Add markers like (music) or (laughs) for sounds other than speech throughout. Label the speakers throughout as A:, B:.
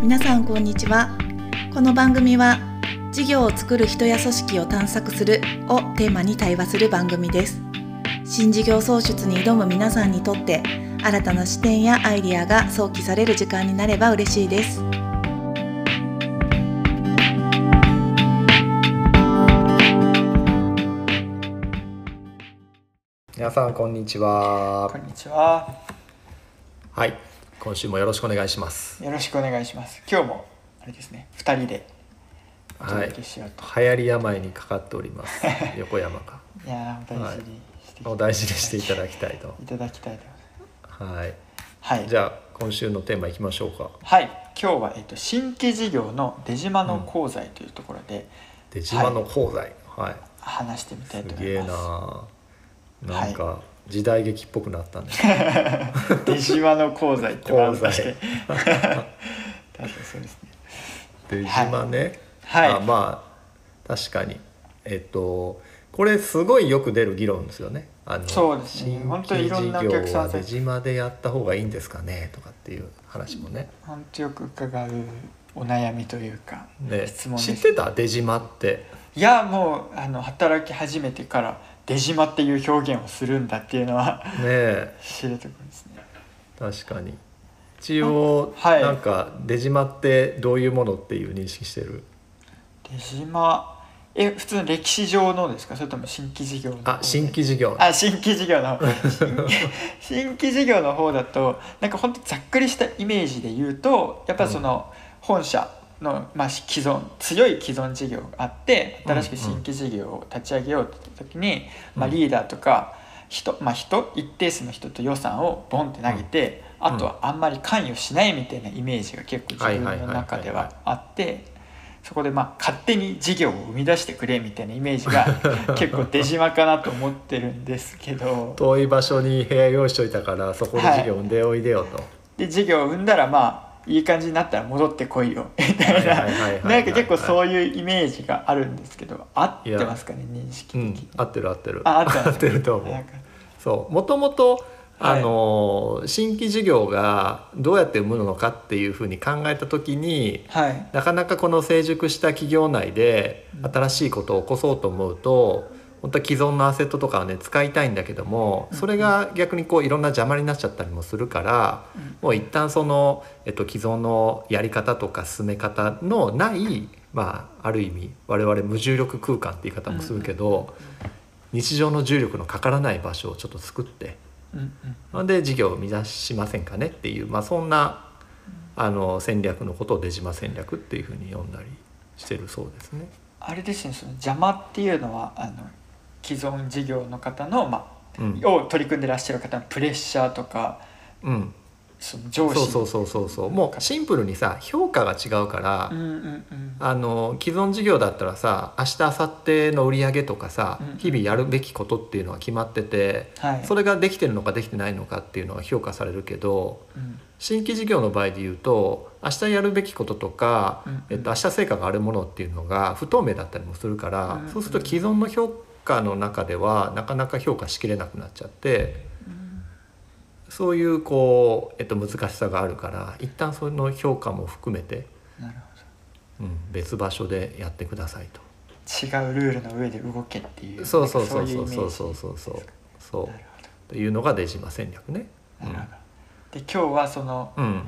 A: 皆さんこんにちはこの番組は事業を作る人や組織を探索するをテーマに対話する番組です新事業創出に挑む皆さんにとって新たな視点やアイディアが想起される時間になれば嬉しいです
B: 皆さんこんにちは
C: こんにちは。
B: はい今週もよろしくお願いします
C: よろしくお願いします。今日もあれですね、二人でお
B: はい
C: 届
B: 流
C: けしようと。
B: 行り病にかかっております横山が
C: い、やーお大事にしていただき、
B: お大事にしていただきたいと
C: いただきたいと思い
B: はい
C: ます。はい。
B: じゃあ今週のテーマいきましょうか
C: はい。今日はえっと新規事業の出島の功罪というところで
B: 出島の功罪はい、
C: 話してみたいと
B: す
C: 思
B: げ
C: い
B: え
C: ま
B: ななんか時代劇っぽくなったね、
C: す。出島の功罪って
B: 功罪
C: 確かに (laughs) 確かにそうですね。
B: 出島ね、
C: はい
B: あまあ確かにえっとこれすごいよく出る議論ですよねあの
C: そうですね本当にいろんなお客さん
B: 新規事業は出島でやった方がいいんですかねとかっていう話もね
C: 本当よく伺うお悩みというか、
B: ね
C: 質問
B: 知
C: で
B: っ
C: す。
B: てた出島って
C: いやもうあの働き始めてから出島っていう表現をするんだっていうのは。
B: ねえ
C: 知るところですね。
B: 確かに一応、
C: はい
B: なんか出島ってどういうものっていう認識してる
C: 出島え普通の歴史上のですかそれとも新規事業の方
B: あ新規事業
C: あ新規事業の方新 (laughs) 新規事業の方だとなんかほんとざっくりしたイメージで言うとやっぱその本社の、まあ、既存強い既存事業があって新しく新規事業を立ち上げようって時に、まあ、
B: うん
C: リーダーとか人,、まあ、人一定数の人と予算をボンって投げて、
B: ん
C: あとはあんまり関与しないみたいなイメージが結構自分の中ではあってそこでまあ勝手に事業を生み出してくれみたいなイメージが
B: (laughs)
C: 結構出島かなと思ってるんですけど
B: 遠い場所に部屋用意しといたからそこで事業でおいでよと、
C: で事業を生んだらまあいい感じになったら戻ってこいよみたい
B: はいはいはいはい
C: な
B: はい
C: なんか結構そういうイメージがあるんですけど合ってますかね認識的
B: う
C: に
B: ん。合ってる合ってる
C: あ合ってます
B: (laughs) 合ってると思う
C: なんか
B: そうもともとあ
C: はい
B: のー新規事業がどうやって生むのかっていうふうに考えた時に
C: はい
B: なかなかこの成熟した企業内で新しいことを起こそうと思うと本当は既存のアセットとかをね使いたいんだけどもそれが逆にこういろんな邪魔になっちゃったりもするから
C: うん
B: もう一旦その、えっと、既存のやり方とか進め方のないまあある意味我々無重力空間って言い方もするけど日常の重力のかからない場所をちょっと作って
C: うんうん
B: なんで事業を生み出しませんかねっていう、まあ、そんなあの戦略のことを出島戦略っていうふうに呼んだりしてるそうですね。
C: あれですねその邪魔っていうのはあの既存事業の方の、ま
B: うん
C: あ、を取り組んでらっしゃる方のプレッシャーとか
B: うん、
C: その上司
B: そうそうそうそうそうもうシンプルにさ評価が違うから、
C: うんうんうん
B: あの既存事業だったらさ明日明後日の売り上げとかさ、
C: うん
B: 日々やるべきことっていうのは決まってて、
C: はい
B: それができてるのかできてないのかっていうのは評価されるけど
C: うん
B: 新規事業の場合で言うと明日やるべきこととか、
C: うんうん
B: えっと、明日成果があるものっていうのが不透明だったりもするから、
C: うんうん
B: そうすると既存の評価の中ではなかなか評価しきれなくなっちゃってそういうこう、えっと、難しさがあるから一旦その評価も含めて、
C: なる
B: うん、別場所でやってくださいと。
C: ほど違うルールの上で動けっていう
B: そうそうそう
C: なん
B: そう
C: か
B: そう
C: う
B: そうそうそうそう
C: イメージなる
B: というのが出島戦略ね。
C: ほどなるほどで今日はその
B: うん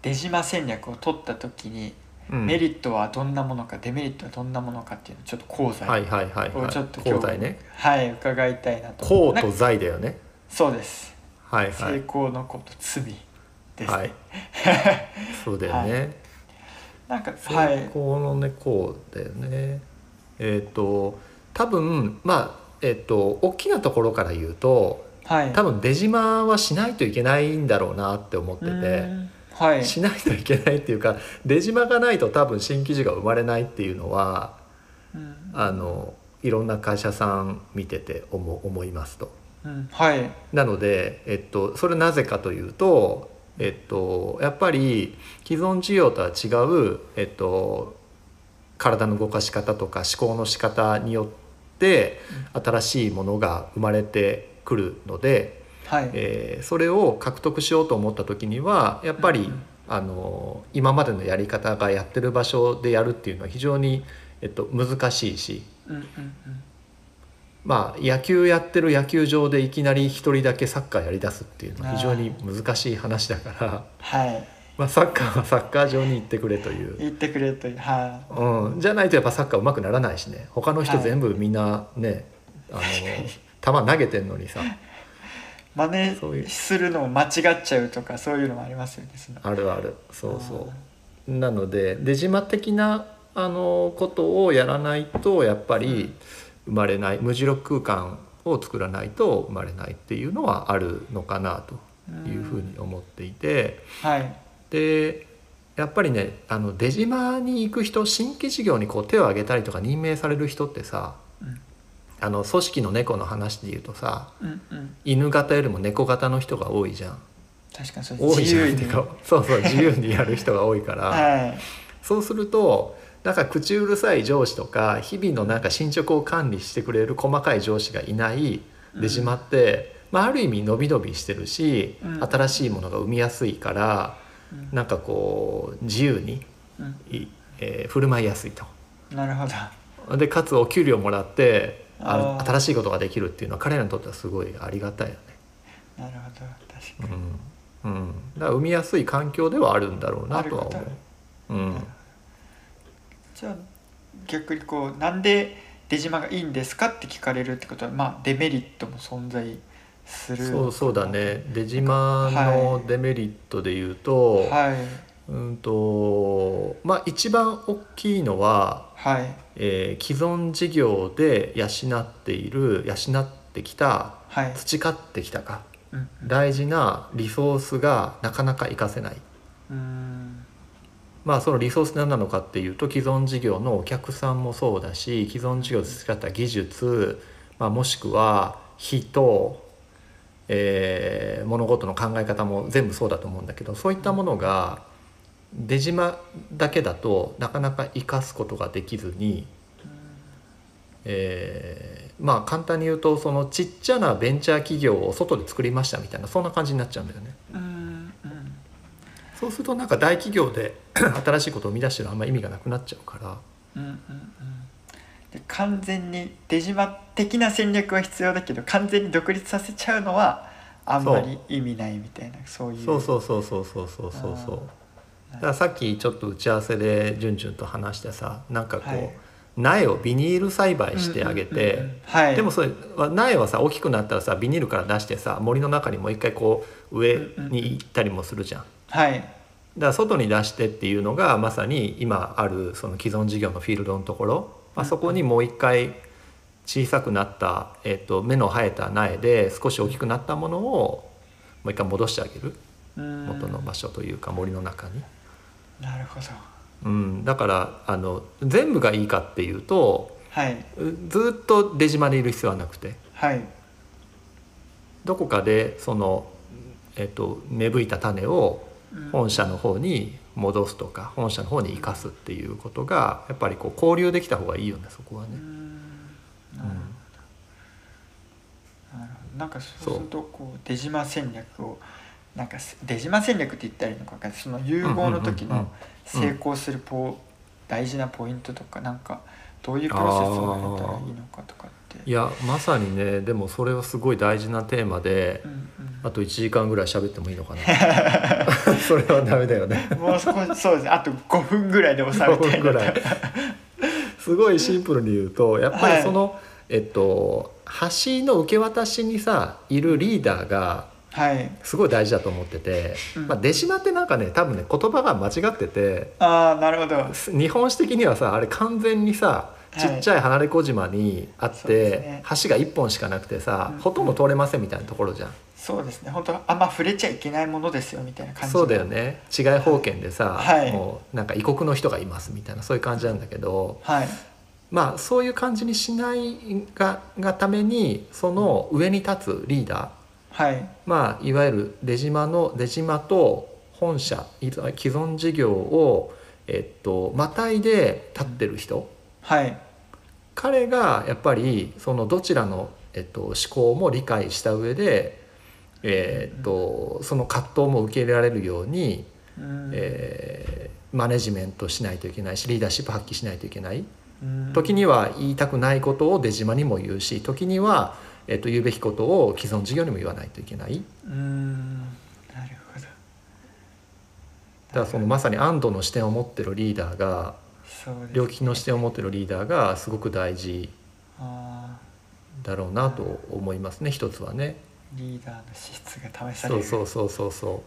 C: 出島戦略を取った時に
B: うん、
C: メリットはどんなものかデメリットはどんなものかっていうのをちょっと講座
B: はいはいはい
C: を
B: はい。
C: ちょっと
B: 功
C: 今
B: 罪
C: 日
B: ね。
C: はい伺いたいなと
B: 功
C: なん
B: と
C: か
B: 財だよね。
C: そうです
B: はいは
C: 成
B: い。
C: 功のこと罪ですね、 (laughs)
B: はい。そうだよね。
C: なんかは
B: 成
C: い
B: 功のね功だよね。えっ、と多分まあえっ、と大きなところから言うと
C: はい
B: 多分出島はしないといけないんだろうなって思って
C: う
B: て。
C: ーんはい
B: しないといけないっていうか出島がないと多分新記事が生まれないっていうのは
C: うん
B: あのいろんな会社さん見てて思思いますと。
C: うんはい
B: なので、えっと、それなぜかというと、えっと、やっぱり既存事業とは違う、えっと、体の動かし方とか思考の仕方によって新しいものが生まれてくるので、
C: はい
B: えーそれを獲得しようと思った時にはやっぱりあの今までのやり方がやってる場所でやるっていうのは非常に、えっと、難しいし、
C: うんうんうん
B: まあ、野球やってる野球場でいきなり一人だけサッカーやりだすっていうのは非常に難しい話だから、 (laughs)
C: はい
B: まあ、サッカーはサッカー場に行ってくれという。
C: 言ってくれというは
B: うん、じゃないとやっぱサッカー上手くならないしね他の人
C: はい
B: 全部みんなね、あの球投げてんのにさ
C: い真
B: そういう
C: 似するのを間違っちゃうとかそういうのもありますよねその
B: あるあるそうそうなので出島的なあのことをやらないとやっぱり生まれない無重力空間を作らないと生まれないっていうのはあるのかなというふうに思っていて、
C: はい
B: でやっぱりねあの出島に行く人新規事業にこう手を挙げたりとか任命される人ってさ
C: うん
B: あの組織の猫の話で言うとさ
C: うんうん
B: 犬型よりも猫型の人が多いじゃん
C: 確かにそう
B: 多い
C: 自
B: じゃん
C: 由
B: って
C: に
B: いう (laughs) かそう
C: (laughs)
B: そう自由にやる人が多いから、
C: は
B: そうするとなんか口うるさい上司とか日々のなんか進捗を管理してくれる細かい上司がいない出島って、まあ、ある意味伸び伸びしてるし、
C: うん
B: 新しいものが生みやすいから
C: い、うん
B: なんかこう自由に、
C: うん
B: いえー振る舞いやすいと。
C: なるほど
B: でかつお給料もらってあ
C: あー
B: 新しいことができるっていうのは彼らにとってはすごいありがたいよね。
C: なるほど確かに、
B: うんうん、だから生みやすい環境ではあるんだろうなとは思う。うん、
C: じゃあ逆にこうなんで出島がいいんですかって聞かれるってことはまあデメリットも存在する
B: そうそうだね出島
C: は
B: の
C: い
B: デメリットで言うと,、
C: はい
B: うんとまあ、一番大きいのは、
C: はい
B: えー既存事業で養っている養ってきた
C: はい、
B: 培ってきたか
C: うん
B: 大事なリソースがなかなか活かせない。
C: うん
B: まあ、そのリソース何なのかっていうと既存事業のお客さんもそうだし既存事業で培った技術、まあ、もしくは人、えー物事の考え方も全部そうだと思うんだけどそういったものが出島だけだとなかなか生かすことができずに、えーまあ簡単に言うとそのちっちゃなベンチャー企業を外で作りましたみたいなそんな感じになっちゃうんだよね。
C: うんうん
B: そうするとなんか大企業で (clears throat) 新しいことを生み出してるのはあんまり意味がなくなっちゃうから
C: うんうんうんで完全に出島的な戦略は必要だけど完全に独立させちゃうのはあんまり意味ないみたいなそういう
B: そうそうそうそうそうそうそうそう
C: あー
B: だからさっきちょっと打ち合わせでじゅんじゅんと話してさなんかこう、
C: はい
B: 苗をビニール栽培してあげて、
C: うんうんうんうんはい、
B: でもそれは苗はさ大きくなったらさビニールから出してさ森の中にもう一回こう上に行ったりもするじゃん。
C: はい
B: だから外に出してっていうのがまさに今あるその既存事業のフィールドのところ、まあ、そこにもう一回小さくなった、えっと、目の生えた苗で少し大きくなったものをもう一回戻してあげる
C: うん
B: 元の場所というか森の中に。
C: なるほど
B: うん、だからあの全部がいいかっていうと
C: はいう
B: ずっと出島でいる必要はなくて
C: はい
B: どこかでその、えっと、芽吹いた種を
C: うん
B: 本社の方に戻すとか本社の方に生かすっていうことがやっぱりこう交流できた方がいいよねそこはね
C: う。んなるほどなるほどなんかそ
B: そう
C: うするとこう出島戦略をなんかす出島戦略って言ったらいいのか分かんないその融合の時
B: うんうんうんう
C: の
B: ん
C: 成功するポ、大事なポイントとかなんかどういうプロセスをやったらいいのかとかって
B: いやまさにねでもそれはすごい大事なテーマで
C: うん
B: あと1時間ぐらい喋ってもいいのか
C: (laughs)
B: なそれはダメだよね
C: うん、もうそこそうですねあと5分ぐらいで収めたい
B: 5分ぐ
C: な
B: らいすごいシンプルに言うとやっぱりその、えっと橋の受け渡しにさいるリーダーが
C: はい
B: すごい大事だと思ってて、
C: うん
B: まあ、出島ってなんかね多分ね言葉が間違ってて
C: ああなるほど
B: 日本史的にはさあれ完全にさ
C: はい
B: ちっちゃい離れ小島にあっ
C: そうで
B: て、
C: すね
B: 橋が1本しかなくてさ、
C: うん
B: ほとんど通れませんみたいなところじゃん、
C: そうですね本当あんま触れちゃいけないものですよみたいな感じの
B: そうだよね違い保険でさ、
C: はい
B: もうなんか異国の人がいますみたいなそういう感じなんだけど
C: はい
B: まあそういう感じにしないががためにその上に立つリーダー
C: はい
B: まあ、いわゆる出島の出島と本社いわ既存事業を、えっと、またいで立ってる人、
C: はい
B: 彼がやっぱりそのどちらの、えっと、思考も理解した上で、えっとその葛藤も受け入れられるように、
C: うん
B: えーマネジメントしないといけないしリーダーシップ発揮しないといけない
C: うん
B: 時には言いたくないことを出島にも言うし時には、えっと言うべきことを既存事業にも言わないといけない
C: うんなるほど
B: だからそのまさに安堵の視点を持ってるリーダーが
C: そうです
B: 領域の視点を持ってるリーダーがすごく大事
C: あ
B: だろうなと思いますね一つはね。
C: ーリーダーの資質が試され
B: そう
C: る
B: そうそうそうそ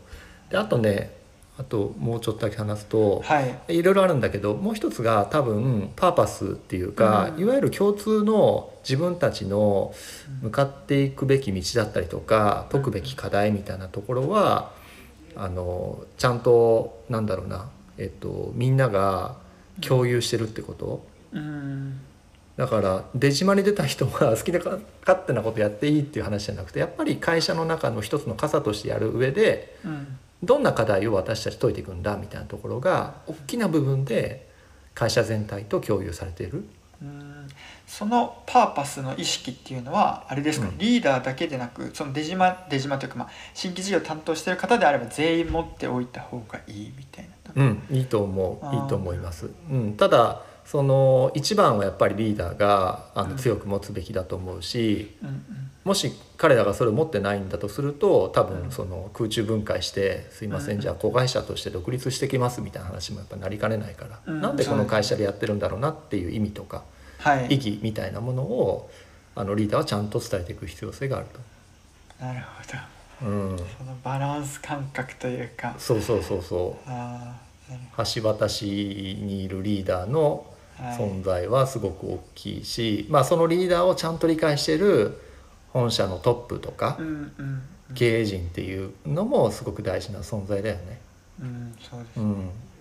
B: うであとねあともうちょっとだけ話すと、
C: はい
B: いろいろあるんだけどもう一つが多分パーパスっていうか、
C: うん
B: いわゆる共通の自分たちの向かっていくべき道だったりとか解くべき課題みたいなところはあのちゃんとなんだろうな、えっと、みんなが共有してるってこと。
C: うん
B: だから出島に出た人が (laughs) 好きな勝手なことやっていいっていう話じゃなくてやっぱり会社の中の一つの傘としてやる上で
C: うん
B: どんな課題を私たち解いていくんだみたいなところが大きな部分で会社全体と共有されている
C: うんそのパーパスの意識っていうのはあれですか、
B: うん
C: リーダーだけでなくその出島出島というか、まあ、新規事業担当している方であれば全員持っておいた方がいいみたいな、
B: うん、いいと思
C: あ
B: う
C: ー
B: いいと思います、うん、ただその一番はやっぱりリーダーがあ
C: う
B: の
C: ん
B: 強く持つべきだと思うし
C: うんうん
B: もし彼らがそれを持ってないんだとすると多
C: うん
B: 分その空中分解して「すいませ
C: うん
B: んじゃあ子会社として独立してきます」みたいな話もやっぱなりかねないから、
C: うん
B: なんでこの会社でやってるんだろうなっていう意味とか
C: はい
B: 意義みたいなものをあのリーダーはちゃんと伝えていく必要性があると。
C: なるほど
B: うん、
C: そのバランス感覚というか
B: そうそうそうそう
C: あーなる
B: 橋渡しにいるリーダーの
C: ほどはい
B: 存在はすごく大きいし、まあ、そのリーダーをちゃんと理解している本社のトップとか
C: うんうん
B: 経営陣っていうのもすごく大事な存在だよね。
C: うんそうです
B: う
C: ね
B: ん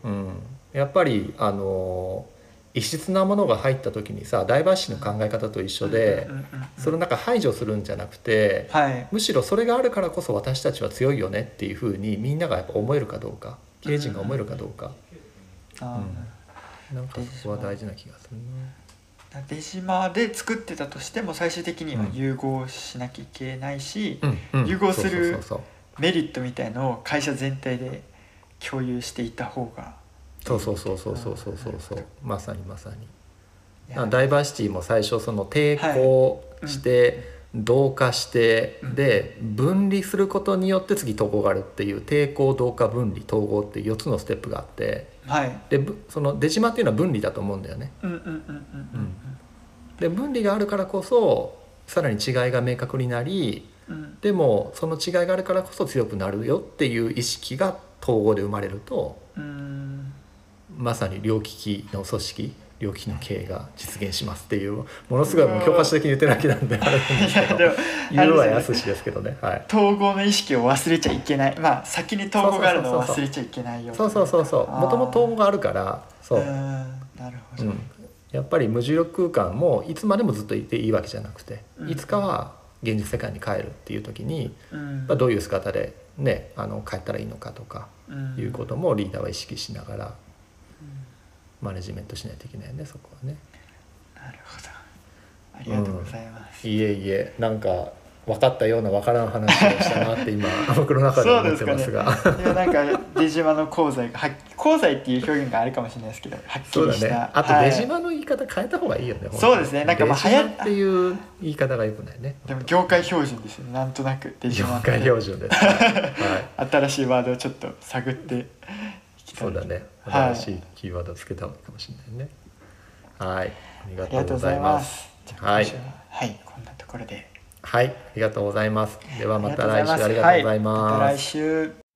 B: うん、やっぱりあの異質なものが入った時にさダイバーシティの考え方と一緒で
C: うんうんうんうん
B: それをなんか排除するんじゃなくて
C: はい
B: むしろそれがあるからこそ私たちは強いよねっていうふうにみんながやっぱ思えるかどうか経営陣が思えるかどうか、
C: あー
B: うんなんかそこは大事な気がするな
C: だから出島で作ってたとしても最終的には融合しなきゃいけないし、
B: うん、うん、
C: 融合する
B: そうそう
C: メリットみたいのを会社全体で共有していた方が
B: そうそうそうそうそうそうそうそうそうまさにまさに
C: いや
B: あダイバーシティも最初その抵抗して、同化して
C: うん
B: で分離することによって次統合があるっていう抵抗同化分離統合っていう4つのステップがあって
C: はい
B: でぶその出島っていうのは分離だと思うんだよね
C: うんうんうんうん
B: で分離があるからこそさらに違いが明確になり
C: うんうん
B: でもその違いがあるからこそ強くなるよっていう意識が統合で生まれると
C: うん
B: まさに両利きの組織両利きの経営が実現しますっていうものすごいもう教科書的に言ってるだけなんであれなんで
C: い
B: す
C: や
B: け
C: (laughs) でも
B: ど言う
C: あ
B: は
C: れ
B: や
C: です
B: す
C: よ
B: しで
C: ね
B: すけどねはい
C: 統合の意識を忘れちゃいけないまあ先に統合があるのを忘れちゃいけないよ
B: そうそうそうそうもともと統合があるからそう
C: う、んなるほ
B: う
C: ど、
B: ん、やっぱり無重力空間もいつまでもずっといていいわけじゃなくて
C: うん
B: いつかは現実世界に帰るっていう時に、
C: うん
B: まあ、どういう姿でねあの帰ったらいいのかとか
C: うん
B: いうこともリーダーは意識しながらマネジメントしないといけないよねそこはね。
C: なるほどありがとうございます、
B: いえいえなんか分かったような分からん話をしたな (laughs) って今僕の中で思ってますが
C: いやなんか出島の功罪がはっ功罪っていう表現があるかもしれないですけどはっき
B: そう
C: り
B: だ
C: し
B: ね
C: た、
B: あと
C: はい
B: 出島の言い方変えた方がいいよね、
C: そうですねなんかまあ
B: 出島っていう言い方がよくないね
C: でも業界標準ですねなんとなく出
B: 業
C: 島って
B: 界標 (laughs) 準です、はい、
C: 新しいワードをちょっと探っていきたい
B: そうだね
C: は
B: 新
C: い
B: しいキーワードつけた方がいいかもしれないねはいありが
C: あり
B: と
C: がと
B: う
C: う
B: ご
C: ござ
B: ざ
C: い
B: いま
C: ますす
B: はい
C: じゃあ今週ははいこんなところで
B: はいありがとうございますではまた
C: あり
B: 来
C: がとうござい
B: 週
C: す
B: ありがとうござい
C: は
B: ます、
C: また来週